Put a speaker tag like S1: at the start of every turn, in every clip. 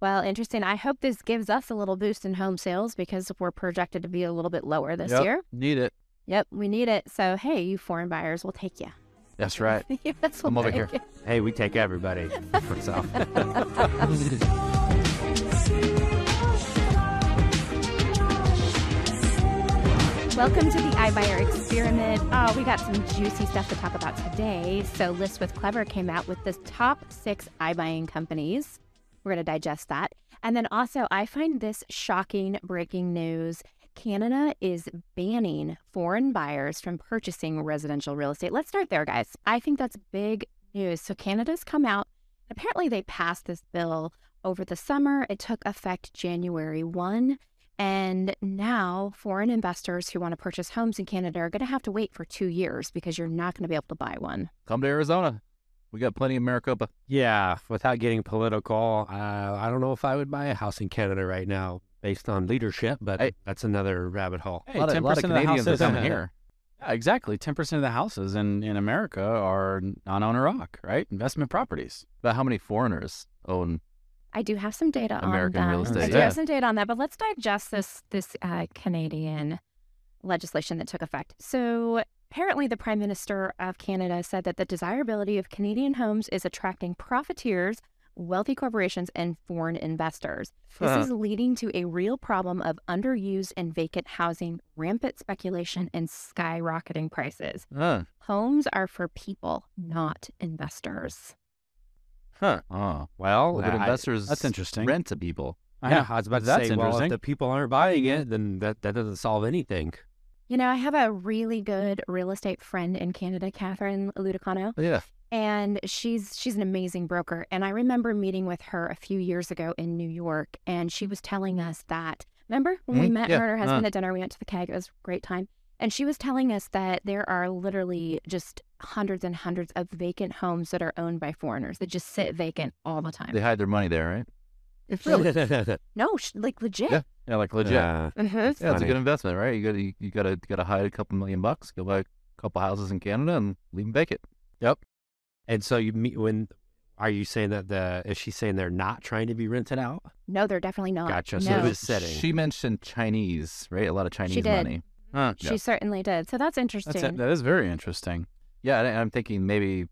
S1: Well, interesting. I hope this gives us a little boost in home sales because we're projected to be a little bit lower this
S2: Yep,
S1: year.
S2: Need it.
S1: Yep, we need it. So, hey, you foreign buyers, we'll take you.
S2: That's right.
S1: yes, we'll
S2: I'm over
S1: take
S2: here.
S1: ya.
S3: Hey, we take everybody. so.
S1: Welcome to the iBuyer Experiment. Oh, we got some juicy stuff to talk about today. So, List with Clever came out with the top six iBuying companies. We're going to digest that. And then also, I find this shocking breaking news. Canada is banning foreign buyers from purchasing residential real estate. Let's start there, guys. I think that's big news. So, Canada's come out. Apparently, they passed this bill over the summer. It took effect January 1. And now, foreign investors who want to purchase homes in Canada are going to have to wait for two years because you're not going to be able to buy one.
S2: Come to Arizona. We got plenty of Maricopa.
S3: yeah, without getting political, uh, I don't know if I would buy a house in Canada right now based on leadership, but
S4: Hey.
S3: that's another rabbit hole.
S4: Hey,
S2: a lot of,
S4: 10%
S2: lot of
S4: of the
S2: Canadians are
S4: houses
S2: coming
S4: in- uh,
S2: here.
S4: Yeah, exactly. 10% of the houses in, in America are not on a rock, right? Investment properties.
S2: About how many foreigners own?
S1: I do have some data
S2: American
S1: on that.
S2: real
S1: I
S2: estate,
S1: do
S2: yeah.
S1: have some data on that, but let's digest this this uh, Canadian legislation that took effect. So apparently, the Prime Minister of Canada said that the desirability of Canadian homes is attracting profiteers, wealthy corporations, and foreign investors. This is leading to a real problem of underused and vacant housing, rampant speculation, and skyrocketing prices.
S2: Huh.
S1: Homes are for people, not investors.
S2: Huh.
S4: Oh,
S3: Well,
S2: Well, but
S3: I-
S2: investors
S4: that's interesting.
S2: rent to people.
S4: I
S3: yeah,
S4: know.
S3: I was about to
S4: That's
S3: say, well,
S4: interesting.
S3: if the people aren't buying it, then that, that doesn't solve anything.
S1: You know, I have a really good real estate friend in Canada, Catherine Ludicano,
S2: Yeah.
S1: and she's she's an amazing broker. And I remember meeting with her a few years ago in New York, and she was telling us that remember when we
S2: Mhm.
S1: met
S2: Yeah.
S1: her and her
S2: Uh.
S1: husband at dinner, we went to the keg. It was a great time. And she was telling us that there are literally just hundreds and hundreds of vacant homes that are owned by foreigners that just sit vacant all the time.
S2: They hide their money there, right?
S1: No, sh- like legit.
S2: Yeah. Yeah, like legit.
S3: Yeah.
S1: Mhm.
S2: Yeah, it's a
S3: Funny.
S2: good investment, right? You got to you got to got to hide a couple million bucks, go buy a couple houses in Canada, and leave them vacant.
S3: And so you meet when are you saying that the is she saying they're not trying to be rented out?
S1: No, they're definitely not.
S3: Gotcha. So
S1: No.
S3: it was setting.
S2: She mentioned Chinese, right? A lot of Chinese
S1: did.
S2: money.
S4: Huh.
S1: she certainly did. So that's interesting.
S4: That's, that is very interesting.
S2: Yeah, and I'm thinking maybe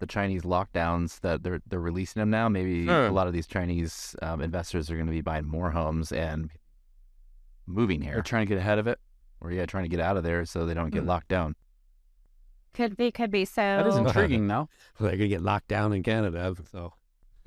S2: the Chinese lockdowns that they're they're releasing them now. Maybe
S3: Sure.
S2: a lot of these Chinese um, investors are going to be buying more homes and moving
S4: They're
S2: here,
S4: trying to get ahead of it.
S2: or yeah, trying to get out of there so they don't get
S4: Hmm.
S2: locked down.
S1: Could be, could be. So
S4: That is
S3: Oh.
S4: intriguing, though.
S3: They're gonna get locked down in Canada. So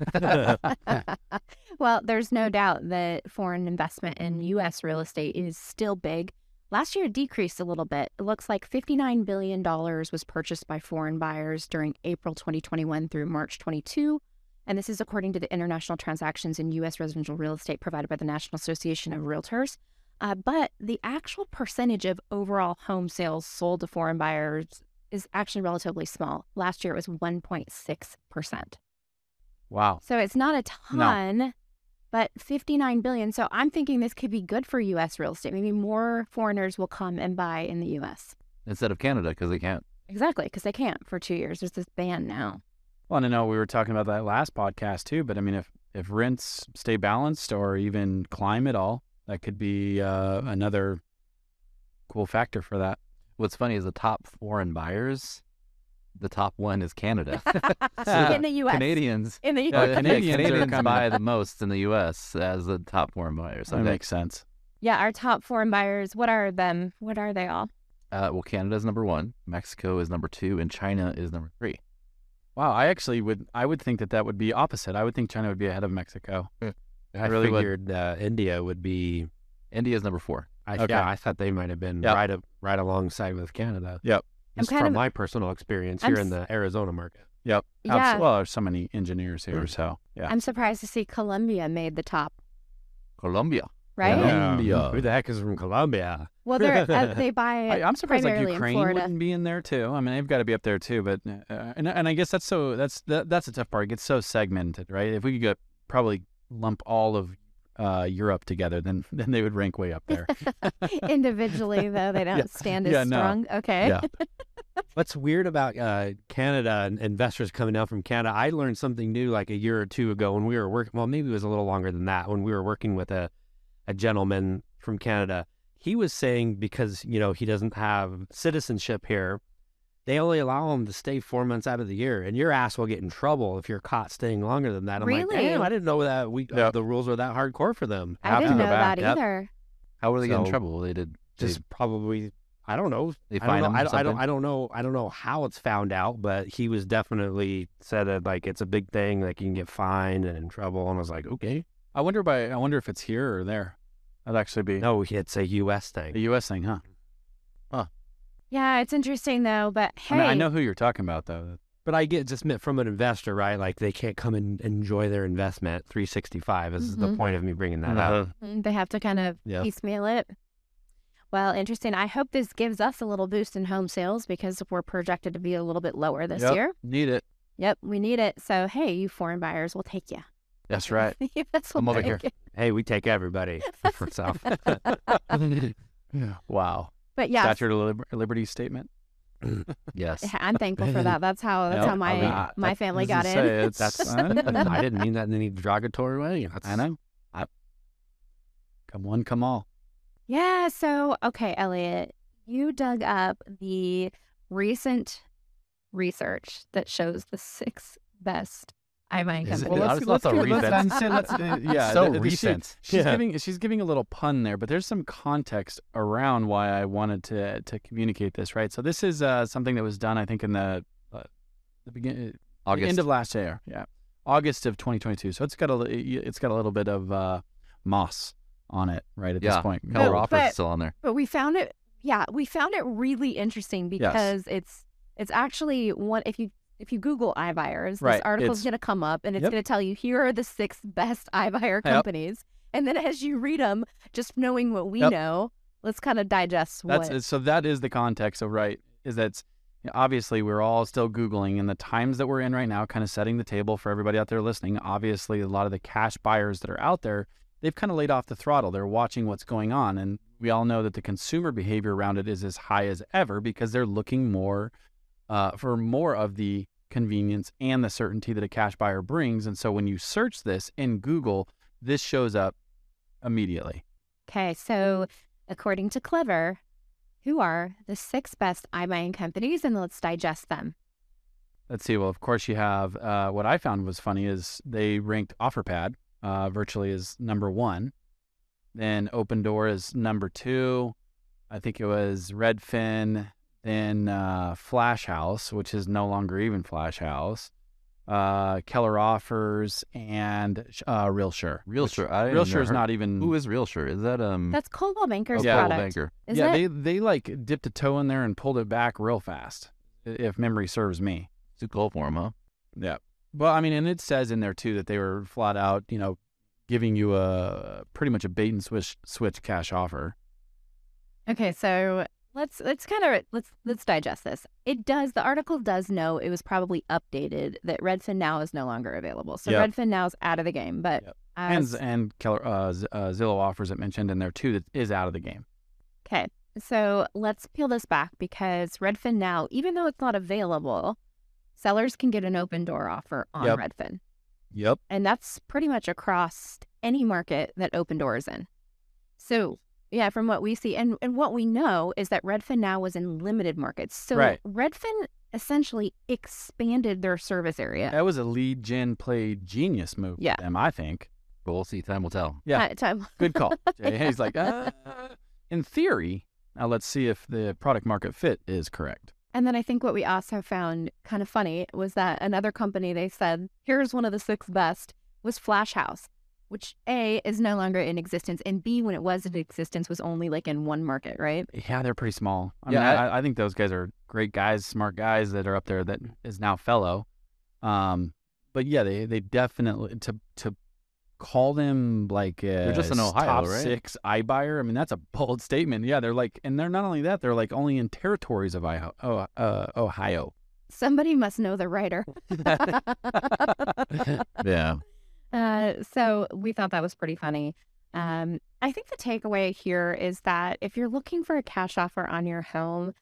S1: well, there's no doubt that foreign investment in U.S. real estate is still big. Last year, it decreased a little bit. It looks like $59 billion was purchased by foreign buyers during April 2021 through March 22. And this is according to the international transactions in U.S. residential real estate provided by the National Association of Realtors. Uh, but the actual percentage of overall home sales sold to foreign buyers is actually relatively small. Last year, it was 1.6%.
S4: Wow.
S1: So it's not a
S4: No.
S1: ton, but 59 billion. So I'm thinking this could be good for US real estate. Maybe more foreigners will come and buy in the US.
S2: Instead of Canada, because they can't.
S1: Exactly, because they can't for two years. There's this ban now.
S4: Well, and I know we were talking about that last podcast, too, but I mean, if, if rents stay balanced or even climb at all, that could be uh, another cool factor for that.
S2: What's funny is the top foreign buyers, the top one is Canada.
S1: in the US.
S2: Canadians.
S1: In the
S4: Yeah,
S1: US.
S2: Uh,
S4: Canadians are coming.
S2: buy the most in the U.S. as the top foreign buyers.
S4: So
S2: I
S4: that
S2: think.
S4: makes sense.
S1: Yeah, our top foreign buyers, what are them? What are they all?
S2: Uh, well, Canada's number one, Mexico is number two, and China is number three.
S4: Wow, I actually would. I would think that that would be opposite. I would think China would be ahead of Mexico.
S3: I
S4: really would.
S3: figured uh, India would be.
S2: India's number four.
S3: I,
S4: Okay.
S3: Yeah, I thought they might have been
S4: Yep.
S3: right up, right alongside with Canada.
S4: Yep.
S1: I'm
S3: Just
S1: kind
S3: from
S1: of-
S3: my personal experience
S1: I'm
S3: here
S1: s-
S3: in the Arizona market.
S4: Yep.
S1: Yeah.
S4: Absolutely. Well, there's so many engineers here,
S2: Mm.
S4: so yeah.
S1: I'm surprised to see Colombia made the top,
S2: Colombia.
S1: right?
S4: Yeah. Colombia.
S3: Who the heck is from Colombia?
S1: Well, they're, uh, they buy
S4: I, I'm surprised like
S1: primarily in
S4: Ukraine
S1: Florida.
S4: wouldn't be in there too. I mean, they've got to be up there too. But uh, and and I guess that's so that's that, that's a tough part. It gets so segmented, right? If we could get, probably lump all of uh, Europe together, then then they would rank way up there.
S1: individually, though. They don't stand as
S4: Yeah, no.
S1: strong. Okay.
S4: Yeah.
S3: What's weird about uh, Canada and investors coming down from Canada? I learned something new like a year or two ago when we were working. Well, maybe it was a little longer than that when we were working with a, a gentleman from Canada. He was saying because you know he doesn't have citizenship here, they only allow him to stay four months out of the year, and your ass will get in trouble if you're caught staying longer than that. I'm
S1: Really?
S3: like, damn, I didn't know that we uh,
S2: Yeah.
S3: the rules were that hardcore for them.
S1: I
S2: Have to
S1: didn't
S2: go
S1: know
S2: back,
S1: that
S2: yep.
S1: either.
S2: How were they getting in
S3: So-
S2: trouble? They did
S3: just
S2: just
S3: probably I don't know.
S2: They
S3: I
S2: find
S3: don't
S2: him or
S3: know. I don't, I don't
S2: something?
S3: I don't know I don't know how it's found out, but he was definitely said that like it's a big thing, like you can get fined and in trouble. And I was like, okay,
S4: I wonder by I wonder if it's here or there. That'd actually be
S3: no, it's a U.S.
S4: the
S3: thing.
S4: U.S. thing, huh?
S1: Yeah, it's interesting though. But
S4: I
S1: hey,
S4: mean, I know who you're talking about though.
S3: But I get just meant from an investor, right? Like they can't come and enjoy their investment 365 is the
S1: Mhm.
S3: point of me bringing that up.
S1: Mm, They have to kind of
S3: Yeah.
S1: piecemeal it. Well, interesting. I hope this gives us a little boost in home sales because we're projected to be a little bit lower this
S4: Yep.
S1: year.
S4: Need it.
S1: Yep, we need it. So, hey, you foreign buyers, we'll take you.
S4: That's right.
S1: That's what
S4: I'm over
S1: they
S4: here.
S1: get.
S3: Hey, we take everybody for self.
S4: Wow.
S1: But yeah,
S4: Statue of Lib- Liberty statement.
S2: yes.
S1: I'm thankful for that. That's how that's
S4: Yep.
S1: how my
S4: I mean, I-
S1: my
S4: that
S1: family got in.
S4: doesn't say it's-
S3: That's
S4: I know.
S3: I didn't mean that in any derogatory way. That's,
S4: I know. I, come one, come all.
S1: Yeah. So, okay, Elliot, you dug up the recent research that shows the six best iBuying
S2: Is it-
S1: companies.
S2: I was not so recent.
S4: uh, yeah,
S2: So
S4: th- th- she-
S2: recent.
S4: she's
S3: Yeah.
S4: giving she's giving a little pun there, but there's some context around why I wanted to to communicate this, right? So this is uh, something that was done, I think, in the uh, the beginning,
S2: August.
S4: end of last year, yeah, August of 2022. So it's got a li- it's got a little bit of uh, moss on it, right? At
S2: Yeah.
S4: this point,
S2: Keller
S1: But-
S2: Offers
S1: but-
S2: is still on there.
S1: But we found it, yeah, we found it really interesting because it's it's actually one. If you if you Google iBuyers, this
S4: Right,
S1: article's
S4: it's-
S1: going to come up, and it's
S4: Yep.
S1: going to tell you here are the six best iBuyer companies. And then as you read them, just knowing what we
S4: Yep.
S1: know, let's kind of digest
S4: That's
S1: what.
S4: so that is the context of right is that's obviously we're all still googling and the times that we're in right now kind of setting the table for everybody out there listening obviously a lot of the cash buyers that are out there they've kind of laid off the throttle they're watching what's going on and we all know that the consumer behavior around it is as high as ever because they're looking more uh, for more of the convenience and the certainty that a cash buyer brings and so when you search this in google this shows up immediately
S1: Okay, so according to Clever, who are the six best iBuying companies, and let's digest them.
S4: Let's see. Well, of course, you have uh, what I found was funny is they ranked OfferPad uh, virtually as number one, then Open Door is number two. I think it was Redfin, then uh, Flash House, which is no longer even Flash House, uh, Keller Offers, and uh, RealSure.
S2: Realsure. I didn't
S4: RealSure
S2: know
S4: is
S2: her-
S4: not even
S2: Who is Realsure? Is that
S4: Mm.
S2: um?
S1: That's Coldwell Banker's
S4: Yeah.
S2: Coldwell
S1: product.
S2: Banker.
S1: Is
S4: yeah,
S1: it?
S4: they they like dipped a toe in there and pulled it back real fast, i- if memory serves me.
S2: Too cold for him, huh?
S4: Yeah. Well, I mean, and it says in there too that they were flat out, you know, giving you a pretty much a bait and switch switch cash offer.
S1: Okay, so let's let's kind of let's let's digest this. It does the article does know it was probably updated that Redfin Now is no longer available. So
S4: Yep.
S1: Redfin Now is out of the game, but
S4: Yep.
S1: uh,
S4: And and and Keller, uh, Z- uh, Zillow offers it mentioned in there too that is out of the game.
S1: okay. So let's peel this back because Redfin Now, even though it's not available, sellers can get an open door offer on
S4: Yep.
S1: Redfin.
S4: Yep.
S1: And that's pretty much across any market that open door is in.
S4: Mm.
S1: So yeah, from what we see and, and what we know is that Redfin now was in limited markets. So
S4: Right.
S1: Redfin essentially expanded their service area.
S4: That was a lead gen play genius move. for
S1: Yeah.
S4: Them, I think.
S2: But we'll see. Time will tell.
S4: yeah.
S1: At time-
S4: Good call. Jay. He's like, uh, in theory. Now let's see if the product market fit is correct.
S1: And then I think what we also found kind of funny was that another company they said, here's one of the six best was Flash House, which A is no longer in existence and B when it was in existence was only like in one market, right?
S4: Yeah, they're pretty small. I
S2: Yeah,
S4: mean,
S2: I-
S4: I, I think those guys are great guys, smart guys that are up there that is now fellow. Um, but yeah, they they definitely to to call them like a
S2: just in Ohio,
S4: top
S2: right?
S4: six iBuyer. I mean, that's a bold statement. Yeah, they're like, and they're not only that, they're like only in territories of Ohio. Oh, uh, Ohio.
S1: Somebody must know the writer.
S2: Yeah.
S1: Uh, so we thought that was pretty funny. Um, I think the takeaway here is that if you're looking for a cash offer on your home,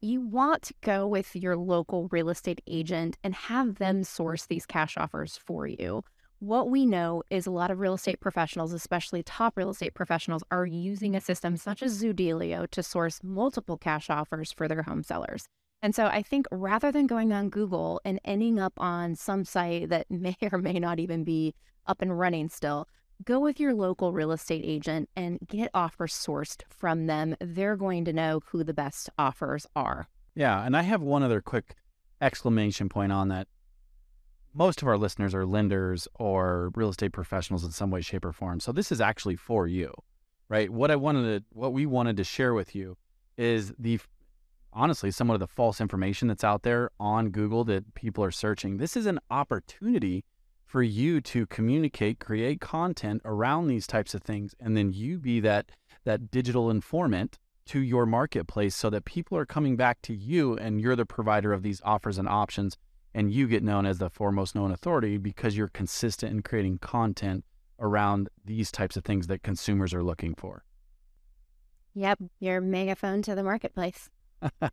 S1: you want to go with your local real estate agent and have them source these cash offers for you. What we know is a lot of real estate professionals, especially top real estate professionals, are using a system such as Zoodealio to source multiple cash offers for their home sellers. And so I think rather than going on Google and ending up on some site that may or may not even be up and running still, go with your local real estate agent and get offers sourced from them. They're going to know who the best offers are.
S4: Yeah, and I have one other quick exclamation point on that. Most of our listeners are lenders or real estate professionals in some way, shape, or form. So this is actually for you, right? What I wanted to, what we wanted to share with you is the, honestly, somewhat of the false information that's out there on Google that people are searching. This is an opportunity for you to communicate, create content around these types of things, and then you be that that digital informant to your marketplace so that people are coming back to you and you're the provider of these offers and options and you get known as the foremost known authority because you're consistent in creating content around these types of things that consumers are looking for.
S1: Yep, your megaphone to the marketplace.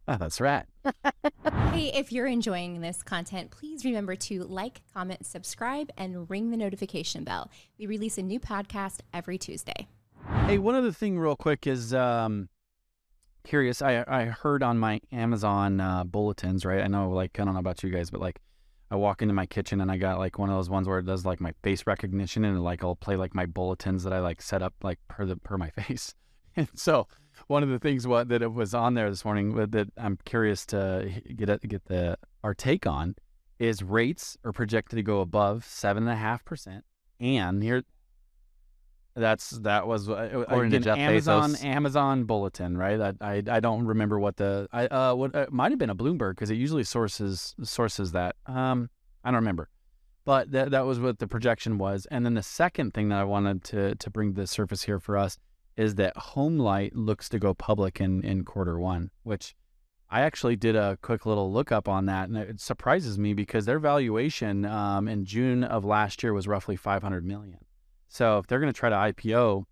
S4: That's right.
S5: Hey, if you're enjoying this content, please remember to like, comment, subscribe, and ring the notification bell. We release a new podcast every Tuesday.
S4: Hey, one other thing, real quick, is um, curious. I I heard on my Amazon uh, bulletins, right? I know, like, I don't know about you guys, but like, I walk into my kitchen and I got like one of those ones where it does like my face recognition and like I'll play like my bulletins that I like set up like per the per my face. And so one of the things what that it was on there this morning but that I'm curious to h- get a, get the our take on is rates are projected to go above seven and a half percent, and here that's that was uh,
S2: According to
S4: again,
S2: Jeff
S4: Amazon
S2: Bezos.
S4: Amazon bulletin right. I I, I don't remember what the I uh what it might have been a Bloomberg because it usually sources sources that um I don't remember. But that, that was what the projection was. And then the second thing that I wanted to, to bring to the surface here for us is that Homelight looks to go public in, in quarter one, which I actually did a quick little lookup on that, and it surprises me because their valuation um, in June of last year was roughly 500 million. So if they're going to try to IPO,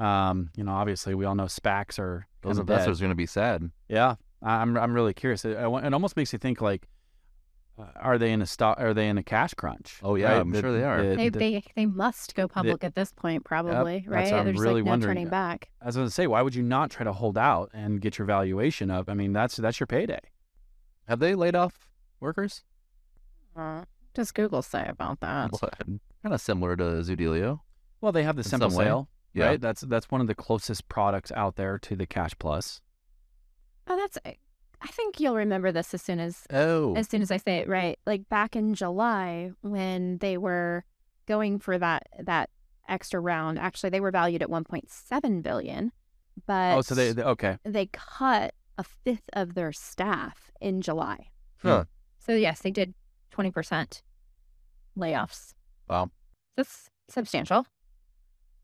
S4: um, you know, obviously we all know SPACs are
S2: Those
S4: kinda dead.
S2: investors are going to be sad.
S4: Yeah, I- I'm I'm really curious. It, I wa- it almost makes you think like, uh, are they in a stock? Are they in a cash crunch?
S2: Oh, yeah, I'm sure they are.
S1: They, they, they must go public at this point, probably,
S4: that's
S1: right?
S4: what I'm
S1: There's
S4: really
S1: like no
S4: wondering.
S1: turning back.
S4: I was going to say, why would you not try to hold out and get your valuation up? I mean, that's that's your payday.
S2: Have they laid off workers?
S1: Uh, does Google say about that?
S2: Kind of similar to Zoodealio.
S4: Well, they have the
S2: In
S4: simple
S2: some way,
S4: sale,
S2: Yeah.
S4: right? That's that's one of the closest products out there to the Cash Plus.
S1: Oh, that's. I think you'll remember this as soon as
S2: Oh,
S1: as soon as I say it right. Like back in July when they were going for that that extra round. Actually, they were valued at 1.7 billion, but
S4: oh, so they, they okay.
S1: they cut a fifth of their staff in July.
S2: Huh.
S1: So yes, they did 20% layoffs.
S2: Wow.
S1: That's substantial.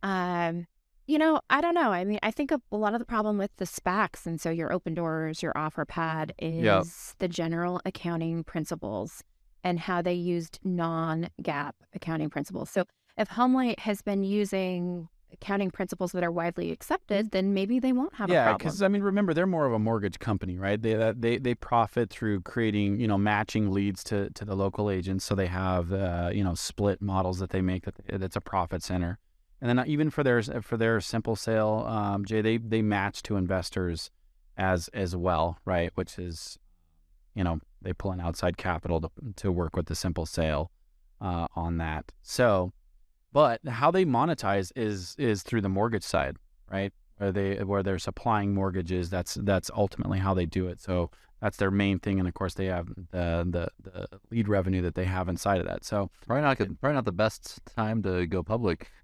S1: Um, you know, I don't know. I mean, I think a a lot of the problem with the SPACs, and so your open doors, your offer pad, is
S2: Yeah.
S1: the general accounting principles and how they used non-GAAP accounting principles. So if Homelight has been using accounting principles that are widely accepted, then maybe they won't have
S4: yeah,
S1: a problem.
S4: because I mean, remember they're more of a mortgage company, right? They that- they they profit through creating you know matching leads to to the local agents, so they have uh, you know split models that they make that that's a profit center, and then uh, even for their for their simple sale, um, Jay, they they match to investors as as well, right? Which is you know they pull in outside capital to to work with the simple sale uh, on that. So, but how they monetize is is through the mortgage side, right? Where they where they're supplying mortgages, that's that's ultimately how they do it. So that's their main thing, and of course they have the the, the lead revenue that they have inside of that. So
S2: probably not. Good, probably not the best time to go public.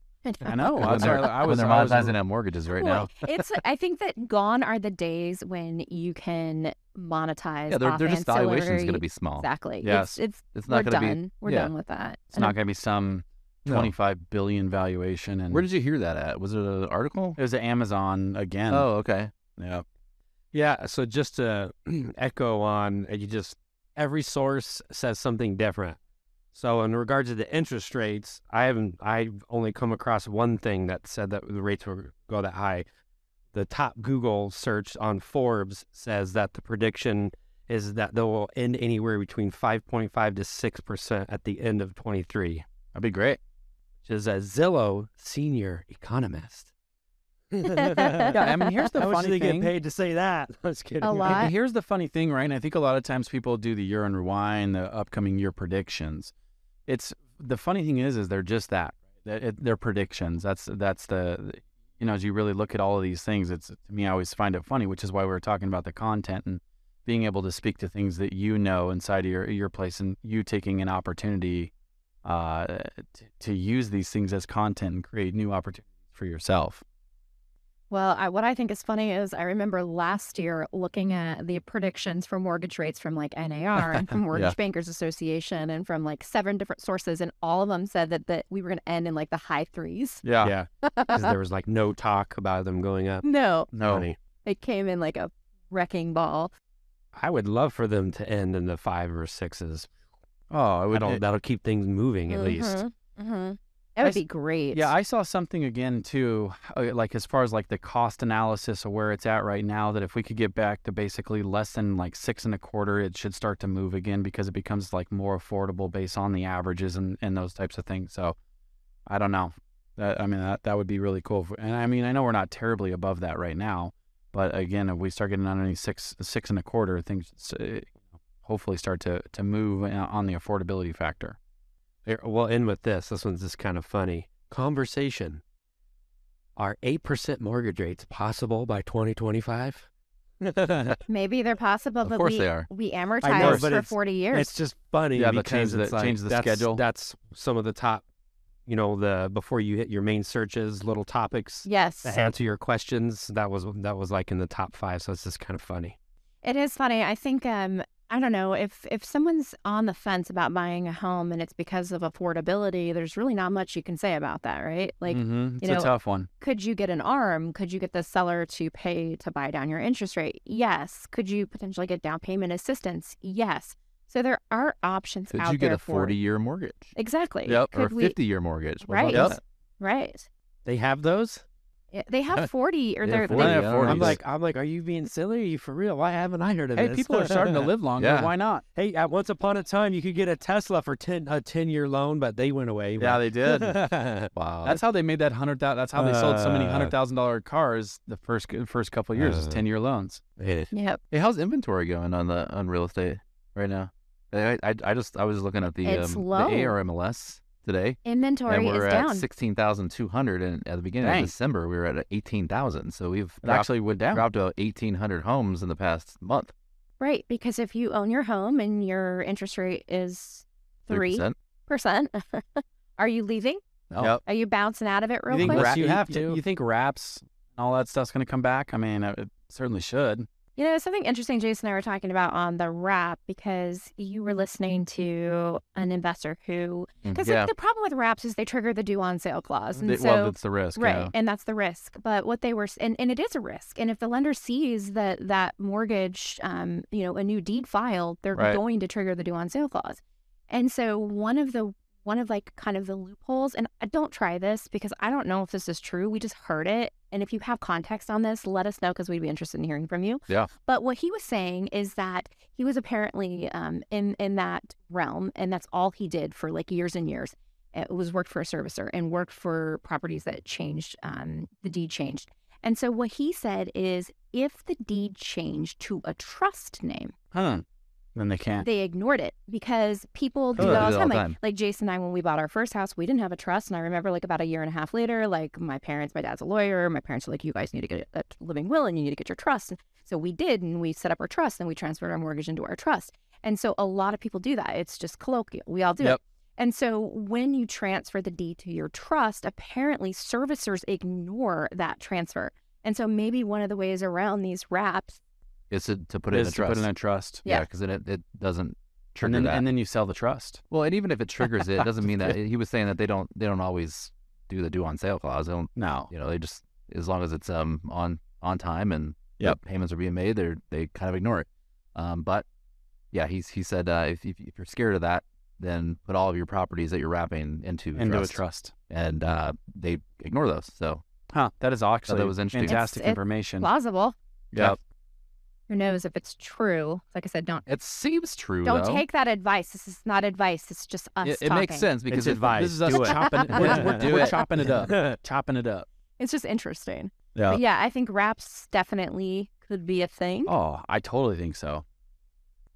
S4: I know I
S2: when
S4: was,
S2: they're,
S4: Oh, I was,
S2: when they're
S4: I was-
S2: monetizing at mortgages right now.
S1: Well, it's I think that gone are the days when you can monetize.
S2: Yeah, their,
S1: off
S2: their just valuation is going
S1: ancillary-
S2: to be small.
S1: exactly.
S4: Yes.
S1: it's, it's,
S2: It's
S1: we're
S2: not going to be.
S1: done. we're
S2: yeah.
S1: done with that.
S4: it's
S1: And
S4: not going to be some
S2: No.
S4: twenty five billion valuation. And
S2: Where did you hear that at? Was it an article?
S4: it was Amazon again.
S2: Oh, okay.
S4: yeah.
S3: Yeah. So just to echo on, uh, you just every source says something different. So in regards to the interest rates, I haven't. I've only come across one thing that said that the rates will go that high. the top Google search on Forbes says that the prediction is that they will end anywhere between 5.5 to 6% at the end of 23,
S4: That'd be great.
S3: which is a Zillow senior economist.
S4: Yeah, I mean, here's the
S3: How much
S4: funny
S3: do they
S4: thing.
S3: get paid to say that? I was kidding.
S1: A lot.
S4: And Here's the funny thing, right? And I think a lot of times people do the year in rewind, the upcoming year predictions. It's the funny thing is, is they're just that. That- it- They're predictions. That's that's the, you know, as you really look at all of these things, it's to me I always find it funny, which is why we were talking about the content and being able to speak to things that you know inside of your your place and you taking an opportunity uh, to, to use these things as content and create new opportunities for yourself.
S1: Well, I, what I think is funny is I remember last year looking at the predictions for mortgage rates from like NAR and from Mortgage
S4: Yeah.
S1: Bankers Association and from like seven different sources, and all of them said that that we were going to end in like the high threes.
S3: Yeah. Because there was like no talk about them going up.
S1: No,
S4: No.
S3: Funny.
S1: it came in like a wrecking ball.
S3: I would love for them to end in the five or sixes.
S4: Oh, it would,
S3: That'll, that'll keep things moving at least.
S1: Mhm, mhm. That would
S4: s-
S1: be great.
S4: Yeah, I saw something again too, uh, like as far as like the cost analysis of where it's at right now. That if we could get back to basically less than like six and a quarter, it should start to move again because it becomes like more affordable based on the averages and, and those types of things. So, I don't know. That, I mean, that that would be really cool. If- and I mean, I know we're not terribly above that right now, but again, if we start getting underneath six six and a quarter, things uh, hopefully start to to move uh, on the affordability factor.
S3: Here, We'll end with this. This one's just kind of funny. Conversation. Are 8% mortgage rates possible by 2025?
S4: Mm-hmm.
S3: it's
S1: maybe they're possible,
S4: Of
S1: but
S4: course
S1: we
S4: they are.
S1: we
S3: know,
S1: amortize
S3: but
S1: for
S3: it's-
S1: forty years.
S3: just funny
S4: Yeah, they'll
S3: because
S4: change the-
S3: it's like,
S4: change the
S3: that's-
S4: schedule.
S3: That's some of the top, you know, the before you hit your main searches, little topics
S1: yes,
S3: that answer your questions. That was that was like in the top five. So it's just kind of funny.
S1: It is funny. I think um I don't know if if someone's on the fence about buying a home and it's because of affordability, there's really not much you can say about that, right? Like
S2: Mm.
S4: Mhm. it's
S1: you know,
S4: a tough one.
S1: could you get an arm? Could you get the seller to pay to buy down your interest rate? Yes. Could you potentially get down payment assistance? Yes. So there are options
S2: Could
S1: out
S2: you get
S1: there
S2: a forty-year mortgage?
S1: for exactly.
S2: Yep, or
S1: Could we-
S2: fifty-year mortgage. What about
S1: Right.
S2: that?
S1: Right.
S3: They have those.
S1: Yeah, They
S2: Yeah.
S1: have 40 or
S2: Yeah,
S1: they're,
S2: 40,
S1: they're
S2: yeah.
S3: I'm
S2: 40s.
S3: like, I'm like, are you being silly? Are you for real? Why haven't I heard of
S4: Hey,
S3: this?
S4: people are starting to live longer.
S2: Yeah.
S4: Why not?
S3: hey, at once upon a time, you could get a Tesla for ten a ten year loan, but they went away.
S4: Yeah, they did.
S2: Wow.
S4: That's how they made that hundred thousand. That's how they sold so many
S3: Uh,
S4: hundred thousand dollar cars the first c- first couple of years is
S2: Uh,
S4: ten year loans.
S1: Yep.
S2: hey, how's inventory going on the on real estate right now? I I, I just I was looking at the
S1: It's
S2: um,
S1: low.
S2: the ARMLS today,
S1: Inventory
S2: and we're
S1: is
S2: at
S1: down.
S2: sixteen thousand two hundred, and at the beginning
S4: Dang.
S2: of December we were at eighteen thousand. So we've
S4: It
S2: dropped,
S4: actually went down.
S2: dropped to eighteen hundred homes in the past month.
S1: Right, because if you own your home and your interest rate is three
S2: 3%.
S1: percent, are you leaving?
S2: No.
S4: Yep.
S1: Are you bouncing out of it real
S4: you think
S1: quick?
S3: Unless
S4: rap-
S3: you have to.
S4: You, think raps and all that stuff's going to come back? I mean, uh, it certainly should.
S1: You know, something interesting Jason and I were talking about on the wrap because you were listening to an investor who, because
S2: mm, Yeah.
S1: the problem with wraps is they trigger the due on sale clause. And
S4: They-
S1: so,
S4: well, that's the risk.
S1: right.
S4: yeah.
S1: And that's the risk. But what they were, s- and, and it is a risk. And if the lender sees that that mortgage, um, you know, a new deed filed, they're
S4: Right.
S1: going to trigger the due on sale clause. And so one of the, one of like kind of the loopholes, and I don't try this because I don't know if this is true. We just heard it. And if you have context on this, let us know because we'd be interested in hearing from you.
S2: Yeah.
S1: But what he was saying is that he was apparently um, in in that realm, and that's all he did for like years and years. It was worked for a servicer and worked for properties that changed um, the deed changed. And so what he said is, if the deed changed to a trust name,
S4: Huh. Then they can't.
S1: they ignored it because people do
S2: Oh,
S1: that all
S2: they
S1: the time.
S2: do all the
S1: Like,
S2: time.
S1: like Jason and I, when we bought our first house, we didn't have a trust, and I remember like about a year and a half later, like my parents, my dad's a lawyer, my parents were like, "You guys need to get a living will, and you need to get your trust." And so we did, and we set up our trust, and we transferred our mortgage into our trust. And so a lot of people do that. It's just colloquial. We all do it.
S4: Yep.
S1: And so when you transfer the deed to your trust, apparently servicers ignore that transfer. And so maybe one of the ways around these wraps
S2: It's to, to put
S4: It
S2: it in
S4: is
S2: a
S4: to put
S2: trust.
S4: in a trust.
S1: Yeah.
S2: yeah, because then it, it doesn't trigger
S4: and then,
S2: that.
S4: and then you sell the trust.
S2: Well, and even if it triggers it, it doesn't mean that he was saying that they don't they don't always do the due on sale clause. They don't
S4: No.
S2: you know they just as long as it's um on on time and
S4: Yep.
S2: the payments are being made, they are they kind of ignore it. Um, but yeah, he's he said uh, if, if if you're scared of that, then put all of your properties that you're wrapping into
S4: Into
S2: trust.
S4: a trust.
S2: and uh, they ignore those. So
S4: Huh. That is actually
S2: was interesting. It's-
S4: fantastic
S1: it-
S4: information.
S1: Plausible.
S4: Yep.
S1: Who knows if it's true? Like I said, don't
S2: It seems true.
S1: don't
S2: though.
S1: take that advice. This is not advice. It's just us
S2: It, it
S1: talking.
S2: makes sense because
S3: It's
S2: if-
S3: advice.
S4: This is us
S3: Do it.
S4: chopping. we're, we're-
S3: Do
S4: we're
S2: it.
S4: chopping it up. chopping it up.
S1: It's just interesting.
S4: Yeah.
S1: But yeah, I think raps definitely could be a thing.
S4: Oh, I totally think so.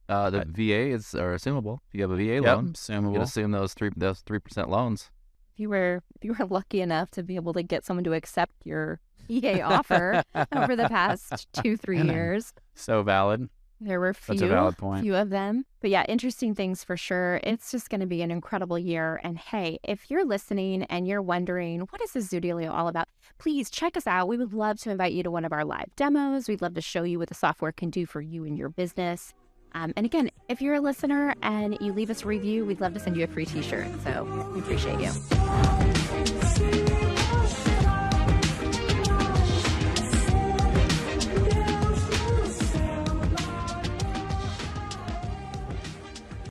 S2: Uh, the
S4: I-
S2: VA is are assumable. If you have a VA
S4: Yep,
S2: loan, you can
S4: assumable.
S2: assume those three those three percent loans.
S1: If you were if you were lucky enough to be able to get someone to accept your EA offer over the past two three years,
S4: So valid.
S1: there were few
S4: That's a valid point.
S1: few of them. But yeah, interesting things for sure. It's just going to be an incredible year. And hey, if you're listening and you're wondering, what is this Zoodealio all about? Please check us out. We would love to invite you to one of our live demos. We'd love to show you what the software can do for you and your business. Um, and again, if you're a listener and you leave us a review, we'd love to send you a free t shirt. So we appreciate you.